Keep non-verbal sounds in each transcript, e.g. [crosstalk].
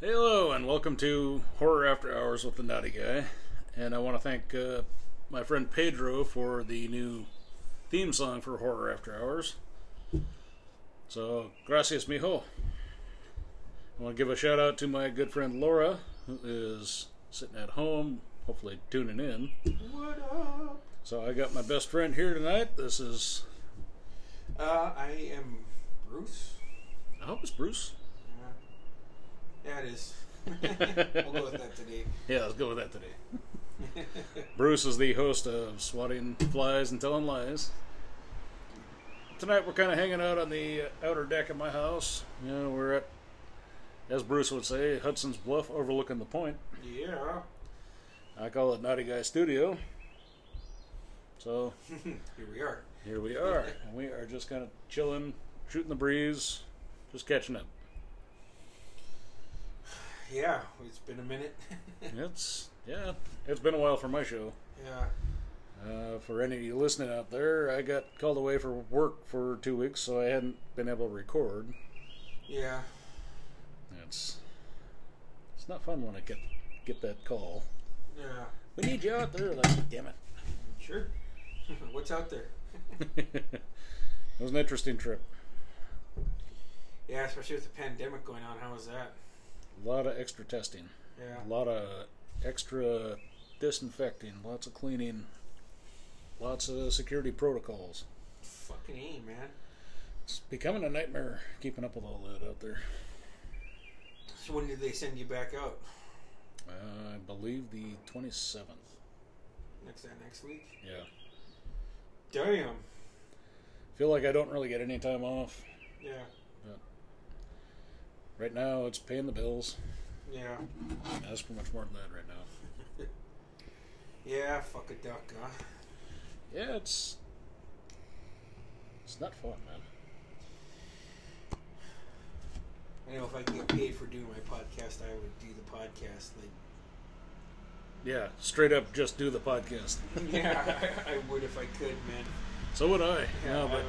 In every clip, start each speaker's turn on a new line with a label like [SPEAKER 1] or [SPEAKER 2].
[SPEAKER 1] Hello and welcome to Horror After Hours with the Naughty Guy. And I want to thank uh, my friend Pedro for the new theme song for Horror After Hours. So, gracias, mijo. I want to give a shout out to my good friend Laura, who is sitting at home, hopefully tuning in.
[SPEAKER 2] What up?
[SPEAKER 1] So, I got my best friend here tonight. This is,
[SPEAKER 2] Uh, I am Bruce.
[SPEAKER 1] I hope it's Bruce.
[SPEAKER 2] Uh, yeah, it is. [laughs] we'll go with that today.
[SPEAKER 1] Yeah, let's go with that today. [laughs] Bruce is the host of Swatting Flies and Telling Lies. Tonight we're kind of hanging out on the uh, outer deck of my house. You know, we're at, as Bruce would say, Hudson's Bluff overlooking the point.
[SPEAKER 2] yeah.
[SPEAKER 1] I call it Naughty Guy Studio. So
[SPEAKER 2] [laughs] Here we are.
[SPEAKER 1] here we are. And we are just kind of chilling, shooting the breeze, just catching up.
[SPEAKER 2] Yeah, it's been a minute. [laughs]
[SPEAKER 1] It's, yeah, it's been a while for my show.
[SPEAKER 2] yeah.
[SPEAKER 1] Uh, for any of you listening out there, I got called away for work for two weeks, so I hadn't been able to record.
[SPEAKER 2] Yeah.
[SPEAKER 1] It's it's not fun when I get get that call.
[SPEAKER 2] Yeah.
[SPEAKER 1] We need you out there, like damn
[SPEAKER 2] Sure. [laughs] What's out there?
[SPEAKER 1] it. [laughs] it was an interesting trip.
[SPEAKER 2] Yeah, especially with the pandemic going on. How was that?
[SPEAKER 1] A lot of extra testing,
[SPEAKER 2] Yeah.
[SPEAKER 1] a lot of extra disinfecting, lots of cleaning, lots of security protocols.
[SPEAKER 2] Fucking A, man.
[SPEAKER 1] It's becoming a nightmare keeping up with all that out there.
[SPEAKER 2] So when did they send you back out?
[SPEAKER 1] Uh, I believe the 27th.
[SPEAKER 2] Next that next week?
[SPEAKER 1] Yeah.
[SPEAKER 2] Damn.
[SPEAKER 1] Feel like I don't really get any time off.
[SPEAKER 2] Yeah.
[SPEAKER 1] Right now, it's paying the bills.
[SPEAKER 2] Yeah.
[SPEAKER 1] That's pretty much more than that right now.
[SPEAKER 2] Yeah, fuck a duck, huh?
[SPEAKER 1] Yeah, it's it's not fun, man.
[SPEAKER 2] I know if I could get paid for doing my podcast, I would do the podcast. Like,
[SPEAKER 1] Yeah, straight up, just do the podcast.
[SPEAKER 2] yeah, [laughs] I, I would if I could, man.
[SPEAKER 1] so would I. Yeah,
[SPEAKER 2] Yeah, I, I-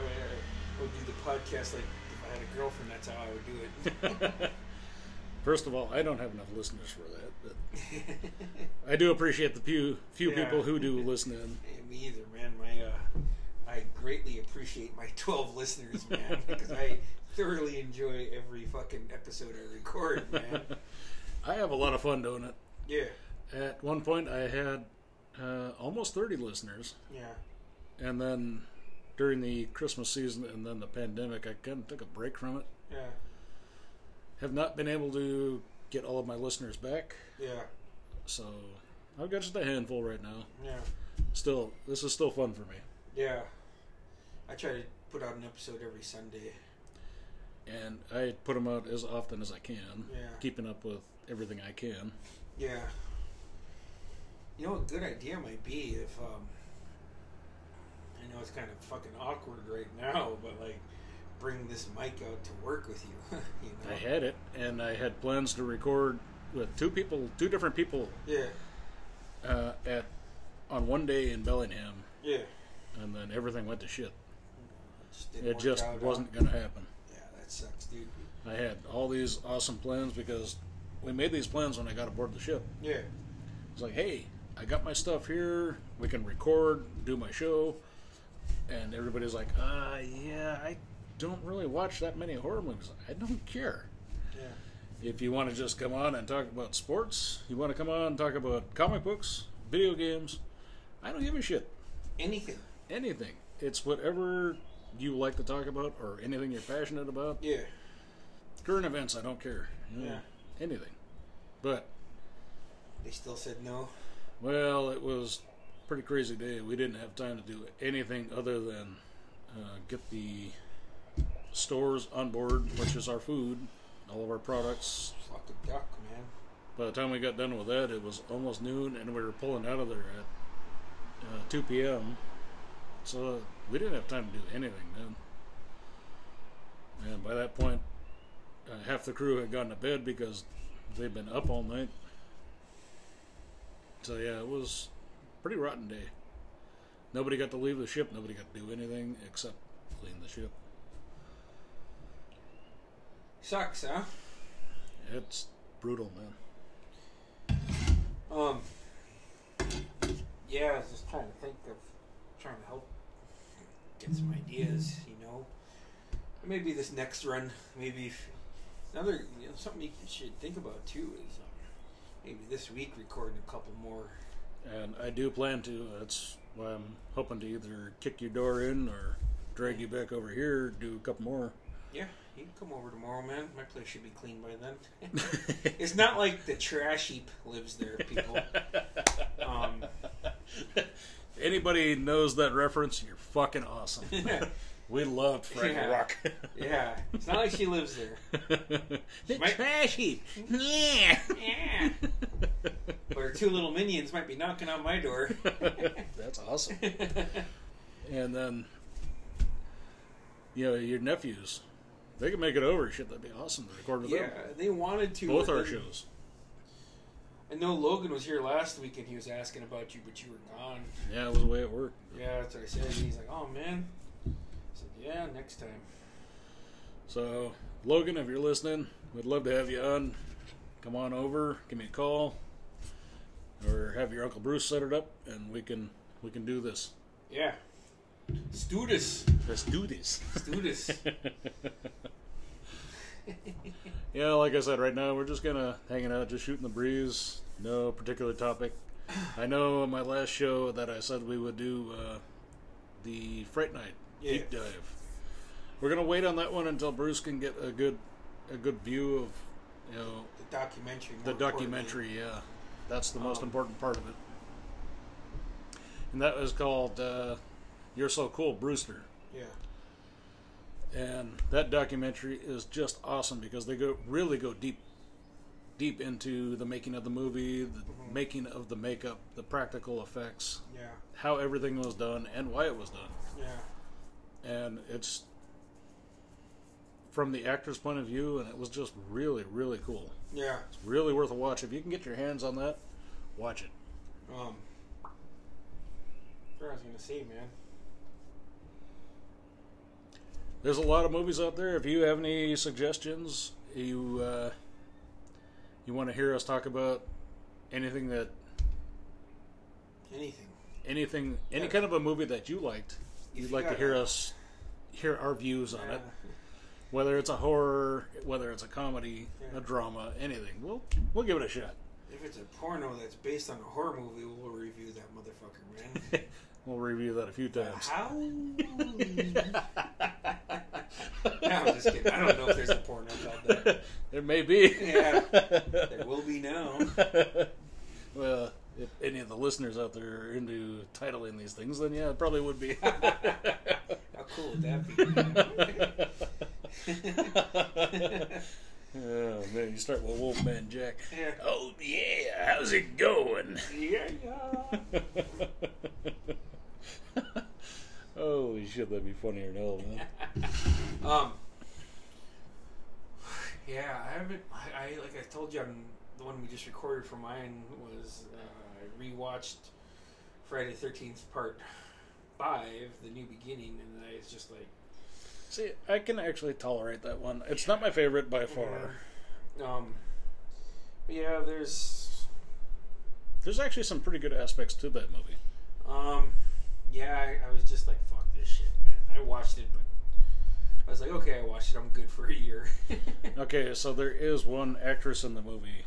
[SPEAKER 2] I would do the podcast like if I had a girlfriend. That's how I would do it.
[SPEAKER 1] but [laughs] first of all, I don't have enough listeners for that. But I do appreciate the few few
[SPEAKER 2] Yeah.
[SPEAKER 1] people who do listen in.
[SPEAKER 2] Hey, [laughs] Me either, man. My, uh, I greatly appreciate my twelve listeners, man, because I thoroughly enjoy every fucking episode I record, man.
[SPEAKER 1] [laughs] I have a lot of fun doing it.
[SPEAKER 2] Yeah,
[SPEAKER 1] At one point, I had uh, almost thirty listeners,
[SPEAKER 2] yeah,
[SPEAKER 1] and then during the Christmas season and then the pandemic, I kind of took a break from it.
[SPEAKER 2] yeah,
[SPEAKER 1] Have not been able to get all of my listeners back.
[SPEAKER 2] yeah,
[SPEAKER 1] So I've got just a handful right now.
[SPEAKER 2] yeah,
[SPEAKER 1] Still, this is still fun for me.
[SPEAKER 2] yeah. I try to put out an episode every Sunday.
[SPEAKER 1] And I put them out as often as I can,
[SPEAKER 2] Yeah.
[SPEAKER 1] keeping up with everything I can.
[SPEAKER 2] Yeah. You know, a good idea might be if um, I know it's kind of fucking awkward right [laughs] now, but like bring this mic out to work with you. [laughs] you know?
[SPEAKER 1] I had it, and I had plans to record with two people, two different people,
[SPEAKER 2] Yeah,
[SPEAKER 1] uh, at on one day in Bellingham,
[SPEAKER 2] yeah.
[SPEAKER 1] and then everything went to shit.
[SPEAKER 2] Just didn't
[SPEAKER 1] It
[SPEAKER 2] work
[SPEAKER 1] just
[SPEAKER 2] out, huh?
[SPEAKER 1] wasn't going to happen.
[SPEAKER 2] Yeah, that sucks, dude.
[SPEAKER 1] I had all these awesome plans because we made these plans when I got aboard the ship.
[SPEAKER 2] Yeah,
[SPEAKER 1] It's like, hey, I got my stuff here. We can record, do my show. And everybody's like, uh, yeah, I don't really watch that many horror movies. I don't care.
[SPEAKER 2] yeah,
[SPEAKER 1] If you want to just come on and talk about sports, you want to come on and talk about comic books, video games, I don't give a shit.
[SPEAKER 2] anything.
[SPEAKER 1] Anything. It's whatever you like to talk about or anything you're passionate about.
[SPEAKER 2] Yeah,
[SPEAKER 1] Current events, I don't care. You know,
[SPEAKER 2] Yeah.
[SPEAKER 1] Anything. But
[SPEAKER 2] they still said no.
[SPEAKER 1] Well, it was a pretty crazy day. We didn't have time to do anything other than uh, get the stores on board, which is our food, all of our products.
[SPEAKER 2] Fuck a duck, man.
[SPEAKER 1] By the time we got done with that, it was almost noon, and we were pulling out of there at uh, 2 p.m. So we didn't have time to do anything then. And by that point, uh, half the crew had gone to bed because they'd been up all night. So yeah, it was a pretty rotten day. Nobody got to leave the ship. Nobody got to do anything except clean the ship.
[SPEAKER 2] Sucks, huh?
[SPEAKER 1] It's brutal, man.
[SPEAKER 2] Um. Yeah, I was just trying to think of trying to help get some ideas. You know, maybe this next run, maybe if, another you know, something you should think about too is um, maybe this week recording a couple more.
[SPEAKER 1] And I do plan to. That's why I'm hoping to either kick your door in or drag you back over here, do a couple more.
[SPEAKER 2] Yeah, you can come over tomorrow, man. My place should be clean by then. [laughs] [laughs] it's not like the trash heap lives there, people. Um,
[SPEAKER 1] [laughs] Anybody knows that reference? You're fucking
[SPEAKER 2] [laughs]
[SPEAKER 1] awesome.
[SPEAKER 2] yeah,
[SPEAKER 1] we loved Frank
[SPEAKER 2] Yeah.
[SPEAKER 1] Rock. [laughs]
[SPEAKER 2] it's not like she lives there.
[SPEAKER 1] the
[SPEAKER 2] Might-
[SPEAKER 1] trash heap. Yeah.
[SPEAKER 2] Yeah. [laughs] But her two little minions might be knocking on my door.
[SPEAKER 1] [laughs]
[SPEAKER 2] [laughs]
[SPEAKER 1] That's awesome. And then, you know, your nephews, they can make it over. Shit, that'd be awesome to record with
[SPEAKER 2] yeah,
[SPEAKER 1] them.
[SPEAKER 2] they wanted to.
[SPEAKER 1] Both
[SPEAKER 2] but
[SPEAKER 1] our
[SPEAKER 2] then-
[SPEAKER 1] shows.
[SPEAKER 2] I know Logan was here last week and he was asking about you, but you were gone.
[SPEAKER 1] Yeah, it was way at work.
[SPEAKER 2] Yeah, that's what I said. He's like, "Oh man." I said, "Yeah, next time."
[SPEAKER 1] So, Logan, if you're listening, we'd love to have you on. Come on over, give me a call, or have your uncle Bruce set it up, and we can we can do this.
[SPEAKER 2] Yeah. Studis,
[SPEAKER 1] Let's do this. [laughs]
[SPEAKER 2] Studis.
[SPEAKER 1] yeah, like I said, right now we're just gonna hanging out, just shooting the breeze. No particular topic. I know in my last show that I said we would do uh, the Fright Night deep
[SPEAKER 2] Yeah.
[SPEAKER 1] dive. We're gonna wait on that one until Bruce can get a good a good view of you know
[SPEAKER 2] the documentary. more
[SPEAKER 1] the
[SPEAKER 2] importantly.
[SPEAKER 1] documentary. Yeah, that's the most
[SPEAKER 2] Um,
[SPEAKER 1] important part of it. And that was called uh, "You're So Cool, Brewster."
[SPEAKER 2] Yeah.
[SPEAKER 1] and that documentary is just awesome because they go really go deep deep into the making of the movie the making of the makeup the practical effects
[SPEAKER 2] Yeah.
[SPEAKER 1] how everything was done and why it was done
[SPEAKER 2] Yeah.
[SPEAKER 1] and it's from the actor's point of view and it was just really really cool
[SPEAKER 2] Yeah.
[SPEAKER 1] it's really worth a watch if you can get your hands on that watch it
[SPEAKER 2] Um. What I was gonna say, man.
[SPEAKER 1] there's a lot of movies out there. If you have any suggestions, you uh, you want to hear us talk about anything that
[SPEAKER 2] Anything.
[SPEAKER 1] anything any
[SPEAKER 2] Yeah.
[SPEAKER 1] kind of a movie that you liked, you'd
[SPEAKER 2] you
[SPEAKER 1] like to
[SPEAKER 2] got
[SPEAKER 1] hear
[SPEAKER 2] a-
[SPEAKER 1] us hear our views on
[SPEAKER 2] Yeah.
[SPEAKER 1] it. Whether it's a horror, whether it's a comedy,
[SPEAKER 2] Yeah.
[SPEAKER 1] a drama, anything, we'll we'll give it a shot.
[SPEAKER 2] If it's a porno that's based on a horror movie, we'll review that motherfucker,
[SPEAKER 1] [laughs]
[SPEAKER 2] man.
[SPEAKER 1] We'll review that a few times.
[SPEAKER 2] How? No, I'm just kidding. I don't know if there's a [laughs] porno out there.
[SPEAKER 1] there may be. [laughs]
[SPEAKER 2] Yeah, There will be now.
[SPEAKER 1] well, if any of the listeners out there are into titling these things, then yeah, it probably would
[SPEAKER 2] [laughs]
[SPEAKER 1] be.
[SPEAKER 2] How cool would that be?
[SPEAKER 1] oh man, you start with Wolfman Jack.
[SPEAKER 2] Yeah.
[SPEAKER 1] Oh yeah, how's it going?
[SPEAKER 2] yeah, yeah.
[SPEAKER 1] Holy shit, that'd be funnier than hell, man.
[SPEAKER 2] Um. Yeah, I haven't. I, I like I told you, on the one we just recorded for mine was uh, I rewatched Friday Thirteenth Part Five, The New Beginning, and I was just like,
[SPEAKER 1] See, I can actually tolerate that one. It's not my favorite by far.
[SPEAKER 2] um, but yeah, there's,
[SPEAKER 1] There's actually some pretty good aspects to that movie.
[SPEAKER 2] um, yeah, I, I was just like, fuck this shit, man. I watched it, but I was like, okay, I watched it. I'm good for a year. Mm-hmm.
[SPEAKER 1] Okay, so there is one actress in the movie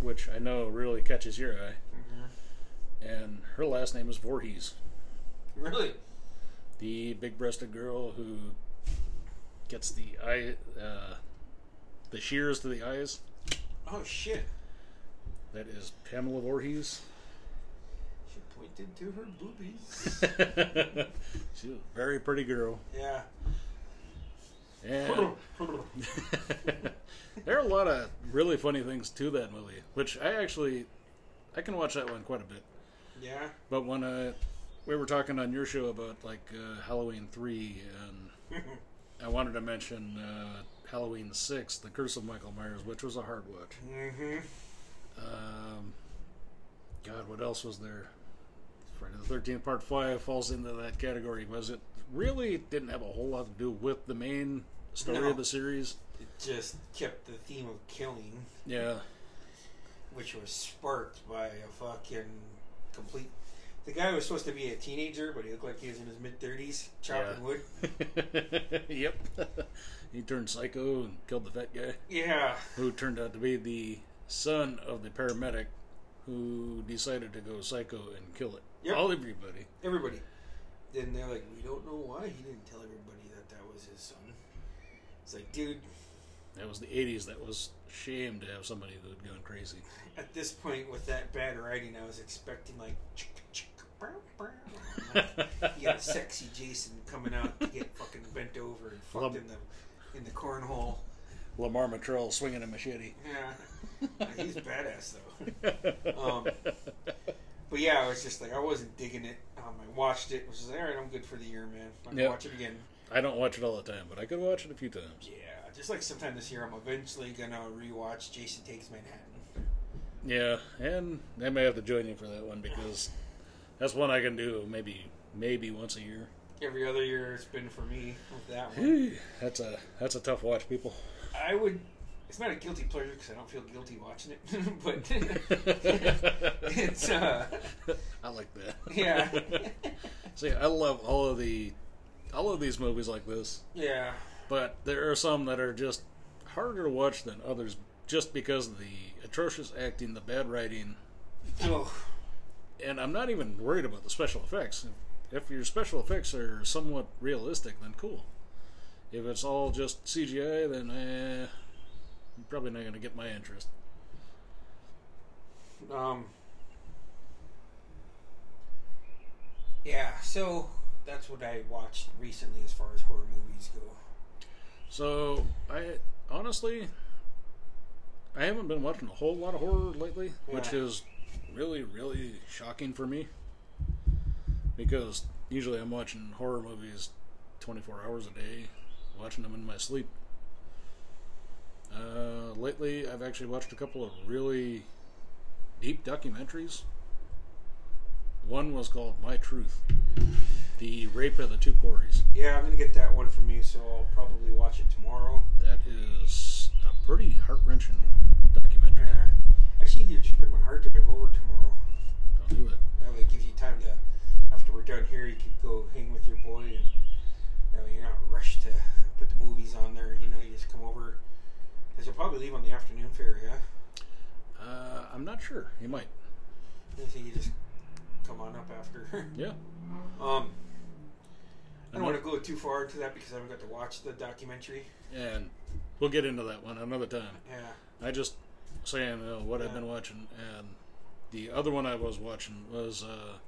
[SPEAKER 1] which I know really catches your eye, and her last name is Voorhees.
[SPEAKER 2] Really?
[SPEAKER 1] the big-breasted girl who gets the eye, uh, the shears to the eyes.
[SPEAKER 2] Oh shit!
[SPEAKER 1] That is Pamela Voorhees. [laughs]
[SPEAKER 2] She pointed to her
[SPEAKER 1] [laughs]
[SPEAKER 2] boobies.
[SPEAKER 1] She's a very pretty girl.
[SPEAKER 2] yeah.
[SPEAKER 1] And [laughs] there are a lot of really funny things to that movie, which I actually I can watch that one quite a bit.
[SPEAKER 2] yeah.
[SPEAKER 1] But when uh, we were talking on your show about like uh, Halloween three, and I wanted to mention uh, Halloween six, The Curse of Michael Myers, which was a hard watch.
[SPEAKER 2] Mm-hmm.
[SPEAKER 1] Um, God, what else was there? Friday the Thirteenth Part Five falls into that category because it really didn't have a whole lot to do with the main story
[SPEAKER 2] No.
[SPEAKER 1] of the series.
[SPEAKER 2] It just kept the theme of killing.
[SPEAKER 1] Yeah, [laughs]
[SPEAKER 2] which was sparked by a fucking complete. The guy was supposed to be a teenager, but he looked like he was in his mid thirties, chopping
[SPEAKER 1] Yeah.
[SPEAKER 2] wood.
[SPEAKER 1] yep. [laughs] he turned psycho and killed the fat guy,
[SPEAKER 2] Yeah,
[SPEAKER 1] who turned out to be the son of the paramedic who decided to go psycho and kill it.
[SPEAKER 2] Yep.
[SPEAKER 1] All everybody.
[SPEAKER 2] everybody. Then they're like, we don't know why he didn't tell everybody that that was his son. It's like, dude,
[SPEAKER 1] That was the 80s. That was shame to have somebody that had gone
[SPEAKER 2] [laughs]
[SPEAKER 1] crazy.
[SPEAKER 2] at this point with that bad writing, I was expecting like, chick, chick, bow, bow. [laughs] you got a sexy Jason coming out to get fucking bent over and
[SPEAKER 1] Love-
[SPEAKER 2] fucked in the in the cornhole.
[SPEAKER 1] [laughs] Lamar Mattrell swinging a machete.
[SPEAKER 2] Yeah,
[SPEAKER 1] [laughs]
[SPEAKER 2] he's badass though. Um, But yeah, I was just like, I wasn't digging it. Um, I watched it, was just like, all right, I'm good for the year, man. I'm gonna
[SPEAKER 1] Yep.
[SPEAKER 2] watch it again.
[SPEAKER 1] I don't watch it all the time, but I could watch it a few times.
[SPEAKER 2] Yeah, just like sometime this year, I'm eventually gonna rewatch Jason Takes Manhattan.
[SPEAKER 1] Yeah, and I may have to join you for that one because that's one I can do maybe maybe once a year.
[SPEAKER 2] Every other year, it's been for me with that one.
[SPEAKER 1] Whew, that's a that's a tough watch, people.
[SPEAKER 2] I would. It's not a guilty pleasure because I don't feel guilty watching it, [laughs] but [laughs] [laughs] it's
[SPEAKER 1] it's
[SPEAKER 2] uh,
[SPEAKER 1] I like that.
[SPEAKER 2] yeah,
[SPEAKER 1] [laughs]
[SPEAKER 2] [laughs]
[SPEAKER 1] See, I love all of the all of these movies like this,
[SPEAKER 2] yeah,
[SPEAKER 1] but there are some that are just harder to watch than others just because of the atrocious acting, the bad writing,
[SPEAKER 2] oh,
[SPEAKER 1] and I'm not even worried about the special effects. If, if your special effects are somewhat realistic, then cool. If it's all just CGI, then eh, I'm probably not going to get my interest.
[SPEAKER 2] um, yeah. So that's what I watched recently as far as horror movies go.
[SPEAKER 1] So I honestly, I haven't been watching a whole lot of horror lately, which
[SPEAKER 2] Yeah.
[SPEAKER 1] is really, really shocking for me because usually I'm watching horror movies 24 hours a day, watching them in my sleep. Uh, lately, I've actually watched a couple of really deep documentaries. One was called My Truth, the rape of the two quarries.
[SPEAKER 2] Yeah, I'm gonna get that one from you, so I'll probably watch it tomorrow.
[SPEAKER 1] That is a pretty heart wrenching documentary.
[SPEAKER 2] Yeah. Actually, you should bring my hard drive over tomorrow.
[SPEAKER 1] I'll do it.
[SPEAKER 2] That way, it gives you time to. After we're done here, you could go hang with your boy, and you know, you're not rushed to put the movies on there. You know, you just come over. Cause you'll probably leave on the afternoon ferry, yeah.
[SPEAKER 1] Uh, I'm not sure. He might.
[SPEAKER 2] And so you just come on up after. [laughs]
[SPEAKER 1] Yeah.
[SPEAKER 2] um, I
[SPEAKER 1] And
[SPEAKER 2] don't want
[SPEAKER 1] what-
[SPEAKER 2] to go too far into that because I haven't got to watch the documentary.
[SPEAKER 1] And we'll get into that one another time.
[SPEAKER 2] Yeah.
[SPEAKER 1] I just saying uh, what I've been watching, and the other one I was watching was uh,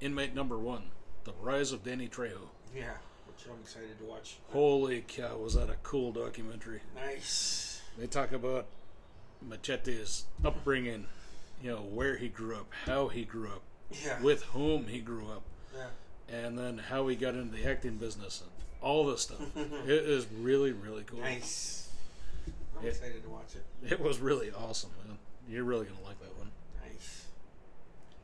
[SPEAKER 1] Inmate Number One: The Rise of Danny Trejo.
[SPEAKER 2] Yeah. Which I'm excited to watch.
[SPEAKER 1] Holy cow, was that a cool documentary?
[SPEAKER 2] Nice.
[SPEAKER 1] They talk about Machete's upbringing, you know, where he grew up, how he grew up,
[SPEAKER 2] Yeah.
[SPEAKER 1] with whom he grew up.
[SPEAKER 2] yeah.
[SPEAKER 1] and then how he got into the acting business and all this
[SPEAKER 2] [laughs]
[SPEAKER 1] stuff. it is really, really cool.
[SPEAKER 2] Nice. I'm
[SPEAKER 1] Yeah.
[SPEAKER 2] excited to watch it.
[SPEAKER 1] It was really awesome, man. You're really gonna like that one.
[SPEAKER 2] Nice.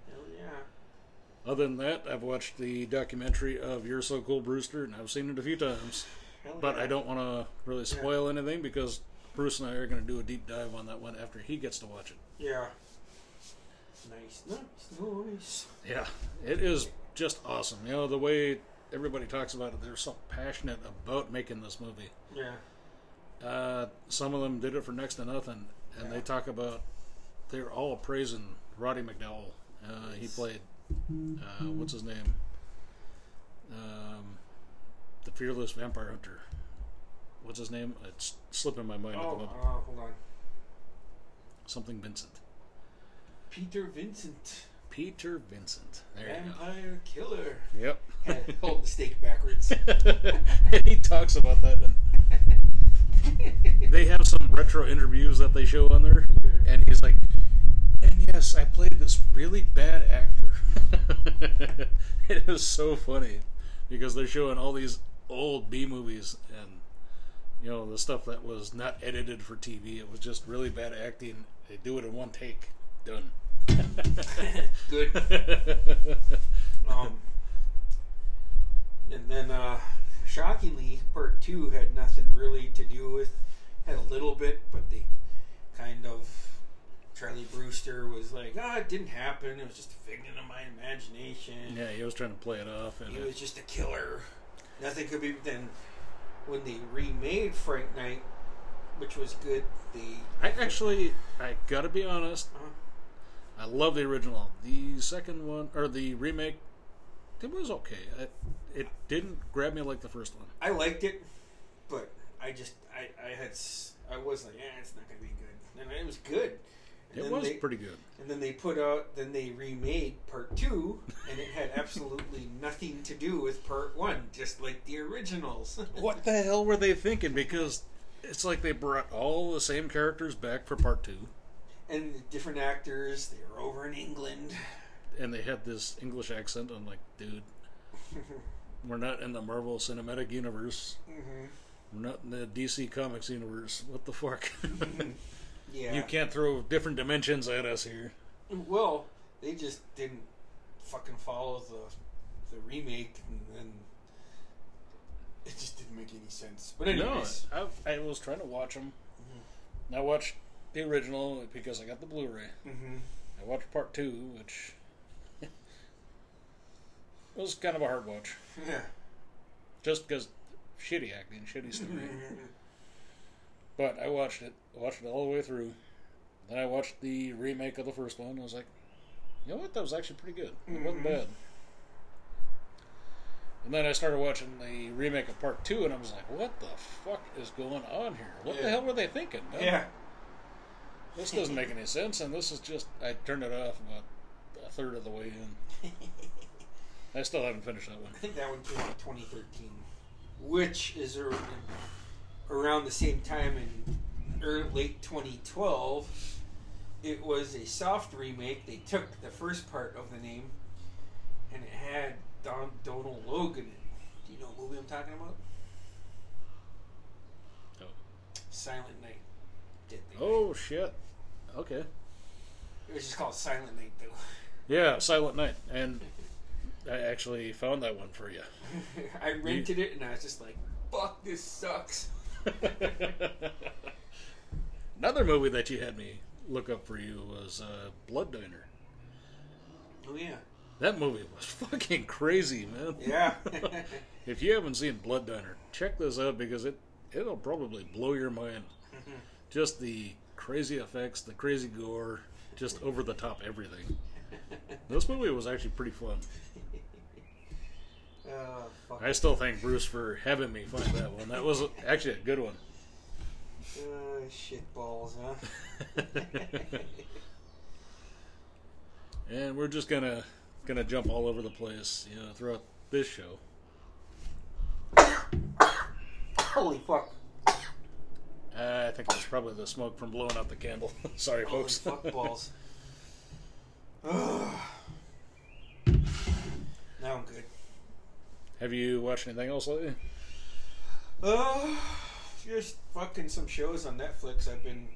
[SPEAKER 2] Hell yeah.
[SPEAKER 1] Other than that, I've watched the documentary of You're So Cool Brewster, and I've seen it a few times.
[SPEAKER 2] Hell
[SPEAKER 1] But
[SPEAKER 2] yeah.
[SPEAKER 1] I don't want to really spoil anything because Bruce and I are gonna do a deep dive on that one after he gets to watch it.
[SPEAKER 2] Yeah. Nice, nice, nice.
[SPEAKER 1] Yeah, it is just awesome. You know the way everybody talks about it. They're so passionate about making this movie.
[SPEAKER 2] Yeah.
[SPEAKER 1] Uh, some of them did it for next to nothing, and they
[SPEAKER 2] Yeah.
[SPEAKER 1] talk about they're all praising Roddy McDowell. Uh, he
[SPEAKER 2] Yes.
[SPEAKER 1] played uh, what's his name, um, the fearless vampire hunter. What's his name? It's slipping my mind at the
[SPEAKER 2] Oh, uh,
[SPEAKER 1] moment.
[SPEAKER 2] hold on.
[SPEAKER 1] Something Vincent.
[SPEAKER 2] Peter Vincent,
[SPEAKER 1] Peter Vincent. There
[SPEAKER 2] Vampire Killer.
[SPEAKER 1] you go.
[SPEAKER 2] Had hold the
[SPEAKER 1] [laughs]
[SPEAKER 2] steak backwards. [laughs]
[SPEAKER 1] Yep. [laughs] he talks about that. and they have some retro interviews that they show on there, and he's like, "And yes, I played this really bad actor." [laughs] it is so funny because they're showing all these old B movies and you know the stuff that was not edited for TV. It was just really bad acting. They do it in one take. Done. [laughs]
[SPEAKER 2] [laughs] Good. Um, and then, uh, shockingly, part two had nothing really to do with, had a little bit, but they kind of, Charlie Bruce that didn't happen. "Ah, It was just a figment of my imagination.
[SPEAKER 1] Yeah, he was trying to play it off, and
[SPEAKER 2] He
[SPEAKER 1] it-
[SPEAKER 2] was just a killer. Nothing could be. Then when they remade Fright Night, which was good, the
[SPEAKER 1] I actually, I gotta be honest,
[SPEAKER 2] Uh-huh.
[SPEAKER 1] I love the original. The second one or the remake, it was okay. It, it didn't grab me like the first one.
[SPEAKER 2] I liked it, but I just I I had s- I was like, yeah, it's not gonna be good, and it was good. And
[SPEAKER 1] It
[SPEAKER 2] then
[SPEAKER 1] was
[SPEAKER 2] they,
[SPEAKER 1] pretty good.
[SPEAKER 2] And then they put out, then they remade part two, and it had
[SPEAKER 1] [laughs]
[SPEAKER 2] absolutely nothing to do with part one, just like the originals.
[SPEAKER 1] What the hell were they thinking? Because it's like they brought all the same characters back for part two,
[SPEAKER 2] and the different actors, they were over in England.
[SPEAKER 1] and they had this English accent. I'm like, [laughs] dude, we're not in the Marvel Cinematic Universe.
[SPEAKER 2] Mhm.
[SPEAKER 1] We're not in the DC Comics universe. What the fuck? [laughs]
[SPEAKER 2] Yeah.
[SPEAKER 1] you can't throw different dimensions at us here.
[SPEAKER 2] Well, they just didn't fucking follow the the remake, and then it just didn't make any sense. But anyways,
[SPEAKER 1] No, I, I was trying to watch them. I watched the original because I got the Blu-ray.
[SPEAKER 2] hmm
[SPEAKER 1] I watched part two, which [laughs] was kind of a hard watch,
[SPEAKER 2] [laughs] yeah.
[SPEAKER 1] just because shitty acting, shitty story.
[SPEAKER 2] Mm-hmm.
[SPEAKER 1] but I watched it, watched it all the way through. Then I watched the remake of the first one. I was like, you know what? That was actually pretty good. It wasn't
[SPEAKER 2] Mhm.
[SPEAKER 1] bad. And then I started watching the remake of part two, and I was like, what the fuck is going on here? What the
[SPEAKER 2] Yeah.
[SPEAKER 1] hell were they thinking? man?
[SPEAKER 2] yeah.
[SPEAKER 1] This doesn't make any sense, and this is just. I turned it off about a third of the way in. I still haven't finished that one.
[SPEAKER 2] I think that one came out 2013, which is ar- around the same time in early, late 2012. It was a soft remake. They took the first part of the name, and it had Don Donald Logan. in it. Do you know what movie I'm talking about?
[SPEAKER 1] Oh,
[SPEAKER 2] Silent Night. Did they?
[SPEAKER 1] oh shit. Okay.
[SPEAKER 2] It was just called Silent Night, though. [laughs]
[SPEAKER 1] Yeah, Silent Night, and I actually found that one for you. [laughs]
[SPEAKER 2] I rented it, and I was just like, "Fuck, this sucks."
[SPEAKER 1] Another movie that you had me look up for you was uh, Blood Diner.
[SPEAKER 2] Oh yeah,
[SPEAKER 1] That movie was [laughs] fucking crazy, man.
[SPEAKER 2] yeah.
[SPEAKER 1] [laughs]
[SPEAKER 2] [laughs]
[SPEAKER 1] If you haven't seen Blood Diner, check this out because it it'll probably blow your
[SPEAKER 2] [laughs]
[SPEAKER 1] mind. Just the crazy effects, the crazy gore, just over the top everything. This movie was actually pretty fun.
[SPEAKER 2] oh fuck.
[SPEAKER 1] I still thank Bruce for having me find that one. That was actually a
[SPEAKER 2] [laughs]
[SPEAKER 1] good one.
[SPEAKER 2] Uh, shit balls, huh?
[SPEAKER 1] [laughs] and we're just gonna gonna jump all over the place, you know, throughout this show.
[SPEAKER 2] Holy fuck.
[SPEAKER 1] I think that's probably the smoke from blowing out the candle. [laughs] Sorry,
[SPEAKER 2] Holy
[SPEAKER 1] folks.
[SPEAKER 2] fuck balls. Ugh. now I'm good.
[SPEAKER 1] Have you watched anything else lately?
[SPEAKER 2] Uh, just fucking some shows on Netflix. I've been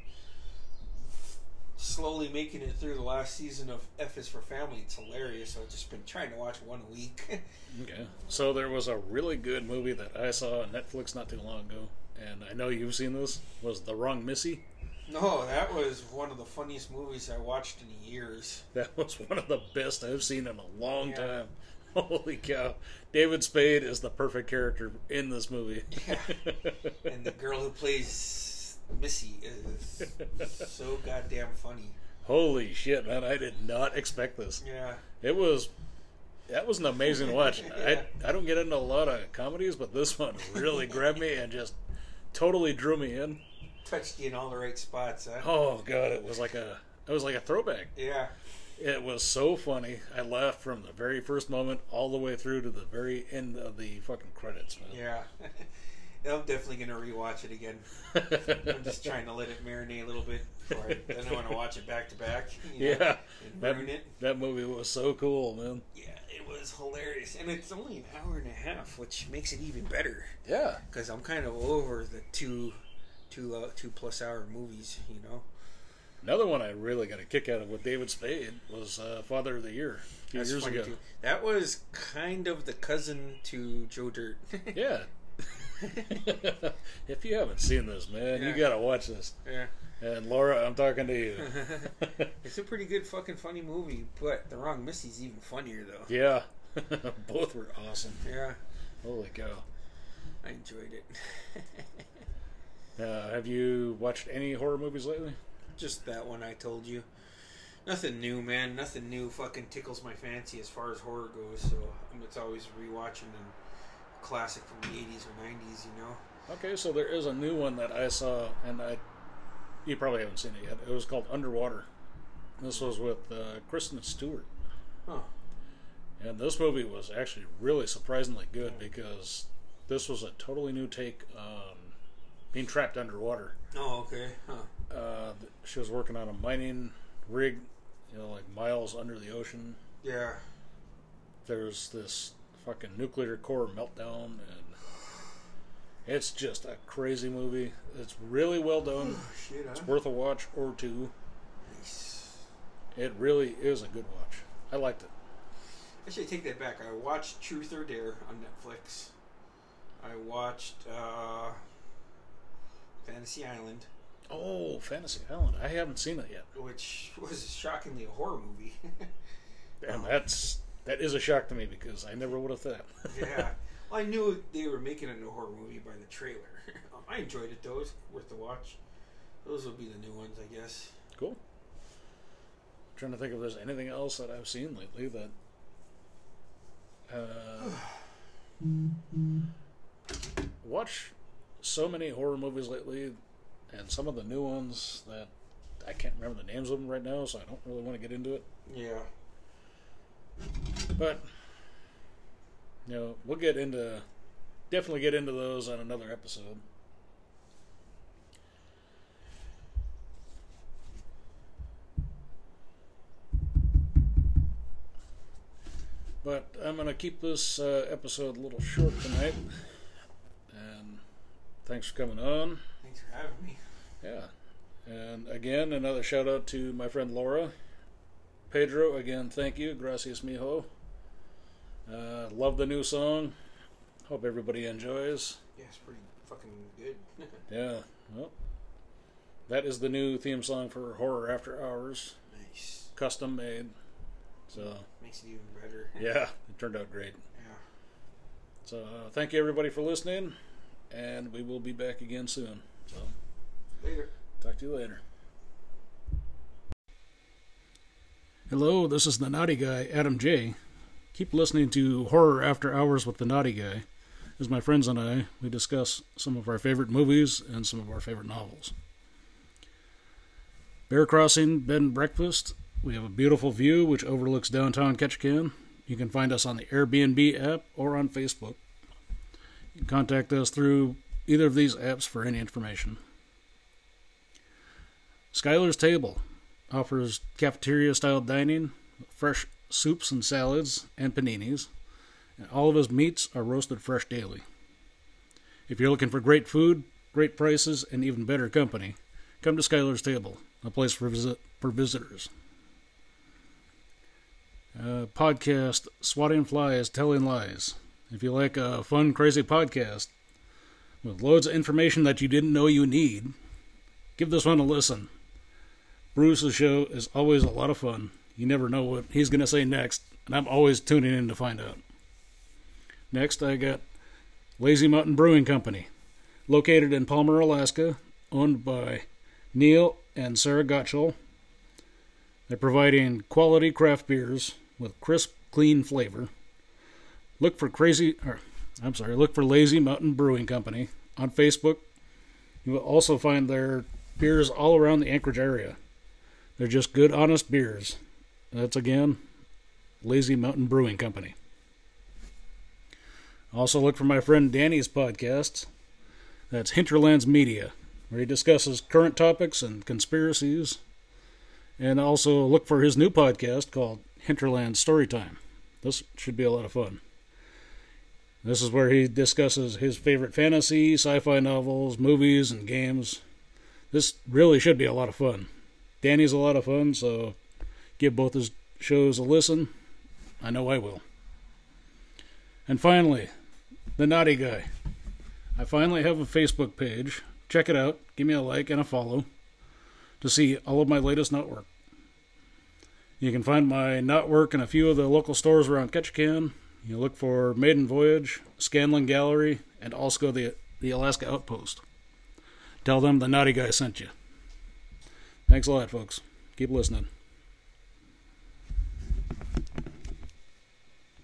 [SPEAKER 2] slowly making it through the last season of F is for Family. It's hilarious. I've just been trying to watch one a week. [laughs]
[SPEAKER 1] Okay. So there was a really good movie that I saw on Netflix not too long ago, and I know you've seen this. Was The Wrong Missy? [laughs]
[SPEAKER 2] no, that was one of the funniest movies I watched in years.
[SPEAKER 1] That was one of the best I've seen in a long
[SPEAKER 2] Yeah.
[SPEAKER 1] time. [laughs] Holy cow! David Spade is the perfect character in this movie. [laughs]
[SPEAKER 2] And the girl who plays Missy
[SPEAKER 1] [laughs]
[SPEAKER 2] is so goddamn funny.
[SPEAKER 1] Holy shit, man! I did not expect this.
[SPEAKER 2] Yeah.
[SPEAKER 1] It was. That was an
[SPEAKER 2] [laughs]
[SPEAKER 1] amazing watch.
[SPEAKER 2] Yeah.
[SPEAKER 1] I I don't get into a lot of comedies, but this one really grabbed me and just totally drew me in.
[SPEAKER 2] touched you in all the right spots, huh?
[SPEAKER 1] Oh god, it was like a it was like a throwback.
[SPEAKER 2] Yeah.
[SPEAKER 1] It was so funny. I laughed from the very first moment all the way through to the very end of the fucking credits, man.
[SPEAKER 2] Yeah. [laughs] I'm definitely gonna rewatch it again. I'm
[SPEAKER 1] [laughs]
[SPEAKER 2] just trying to let it marinate a little bit before I then I want to watch it back to back. you know,
[SPEAKER 1] Yeah.
[SPEAKER 2] And
[SPEAKER 1] That,
[SPEAKER 2] ruin it.
[SPEAKER 1] that movie was so cool, man.
[SPEAKER 2] Yeah, it was hilarious, and it's only an hour and a half, which makes it even better.
[SPEAKER 1] Yeah.
[SPEAKER 2] Because I'm kind of over the two, two, uh, two plus hour movies. You know.
[SPEAKER 1] Another one I really got a kick out of with David Spade was uh, Father of the Year a few
[SPEAKER 2] That's
[SPEAKER 1] years
[SPEAKER 2] funny,
[SPEAKER 1] ago.
[SPEAKER 2] too. That was kind of the cousin to Joe Dirt. [laughs]
[SPEAKER 1] Yeah. [laughs] if you haven't seen this, man, you
[SPEAKER 2] Yeah.
[SPEAKER 1] gotta watch this.
[SPEAKER 2] Yeah. [laughs]
[SPEAKER 1] And Laura, I'm talking to you. [laughs]
[SPEAKER 2] it's a pretty good fucking funny movie, but The Wrong Missy's even funnier though.
[SPEAKER 1] yeah, [laughs] both were awesome.
[SPEAKER 2] Yeah,
[SPEAKER 1] Holy cow!
[SPEAKER 2] I enjoyed it. [laughs]
[SPEAKER 1] Uh, have you watched any horror movies lately?
[SPEAKER 2] Just that one I told you. Nothing new, man. Nothing new fucking tickles my fancy as far as horror goes. So um, it's always rewatching and classic from the 80s or 90s, you know.
[SPEAKER 1] Okay, so there is a new one that I saw, and I you probably haven't seen it yet. It was called Underwater. This was with uh, Kristen Stewart,
[SPEAKER 2] Huh.
[SPEAKER 1] and this movie was actually really surprisingly good because this was a totally new take on being trapped underwater.
[SPEAKER 2] Oh, okay. Huh.
[SPEAKER 1] Uh, she was working on a mining rig, you know, like miles under the ocean.
[SPEAKER 2] Yeah. [sighs]
[SPEAKER 1] There's this fucking nuclear core meltdown, and it's just a crazy movie. It's really well done.
[SPEAKER 2] Shit, huh?
[SPEAKER 1] It's worth a watch or two.
[SPEAKER 2] Nice.
[SPEAKER 1] It really is a good watch. I liked it.
[SPEAKER 2] Actually, I take that back. I watched Truth or Dare on Netflix. I watched uh, Fantasy Island,
[SPEAKER 1] Oh, Fantasy Island. I haven't seen it yet.
[SPEAKER 2] which [laughs] was shockingly a horror movie. [laughs]
[SPEAKER 1] And that's that is a shock to me because I never would have thought.
[SPEAKER 2] yeah. Well, I knew they were making it a horror movie by the trailer. [laughs] Um, I enjoyed it, though. It's worth the watch. Those will be the new ones, I guess.
[SPEAKER 1] cool. [laughs] trying to think if there's anything else that I've seen lately that uh, watch so many horror movies lately and some of the new ones that I can't remember the names of them right now, so I don't really want to get into it.
[SPEAKER 2] Yeah.
[SPEAKER 1] But you know, we'll get into definitely get into those on another episode. But I'm gonna keep this uh, episode a little short tonight. And thanks for coming on.
[SPEAKER 2] Thanks for having me.
[SPEAKER 1] Yeah. And again, another shout out to my friend Laura. Pedro, again, thank you. Gracias, mijo. Uh, love the new song. Hope everybody enjoys.
[SPEAKER 2] Yeah, it's pretty fucking good. [laughs]
[SPEAKER 1] Yeah. Well, that is the new theme song for Horror After Hours,
[SPEAKER 2] nice.
[SPEAKER 1] custom made. So,
[SPEAKER 2] Makes it even better.
[SPEAKER 1] yeah, it turned out great.
[SPEAKER 2] Yeah.
[SPEAKER 1] So, uh, thank you everybody for listening, and we will be back again soon. So,
[SPEAKER 2] Later.
[SPEAKER 1] Talk to you later. Hello, this is the Naughty Guy, Adam J. Keep listening to Horror After Hours with the Naughty Guy, as my friends and I, we discuss some of our favorite movies and some of our favorite novels. Bear Crossing Bed and Breakfast. We have a beautiful view which overlooks downtown Ketchikan. You can find us on the Airbnb app or on Facebook. You can contact us through either of these apps for any information. Skylar's Table offers cafeteria style dining, fresh soups and salads, and paninis, and all of his meats are roasted fresh daily. If you're looking for great food, great prices, and even better company, come to Skylar's Table, a place for, visit, for visitors. Uh, podcast Swatting Flies Telling Lies. If you like a fun, crazy podcast with loads of information that you didn't know you need, give this one a listen. Bruce's show is always a lot of fun. You never know what he's going to say next, and I'm always tuning in to find out. Next, I got Lazy Mountain Brewing Company, located in Palmer, Alaska, owned by Neil and Sarah Gottschall. They're providing quality craft beers with crisp, clean flavor. Look for crazy, or, I'm sorry, look for Lazy Mountain Brewing Company on Facebook, you will also find their beers all around the Anchorage area. They're just good, honest beers. That's again Lazy Mountain Brewing Company. Also, look for my friend Danny's podcast. That's Hinterlands Media, where he discusses current topics and conspiracies. And also look for his new podcast called Hinterland Storytime. This should be a lot of fun. This is where he discusses his favorite fantasy, sci fi novels, movies, and games. This really should be a lot of fun. Danny's a lot of fun, so give both his shows a listen. I know I will. And finally, The Naughty Guy. I finally have a Facebook page. Check it out. Give me a like and a follow to see all of my latest network. You can find my network in a few of the local stores around Ketchikan. You look for Maiden Voyage, Scanlan Gallery, and also the, the Alaska Outpost. Tell them the naughty guy sent you. Thanks a lot, folks. Keep listening.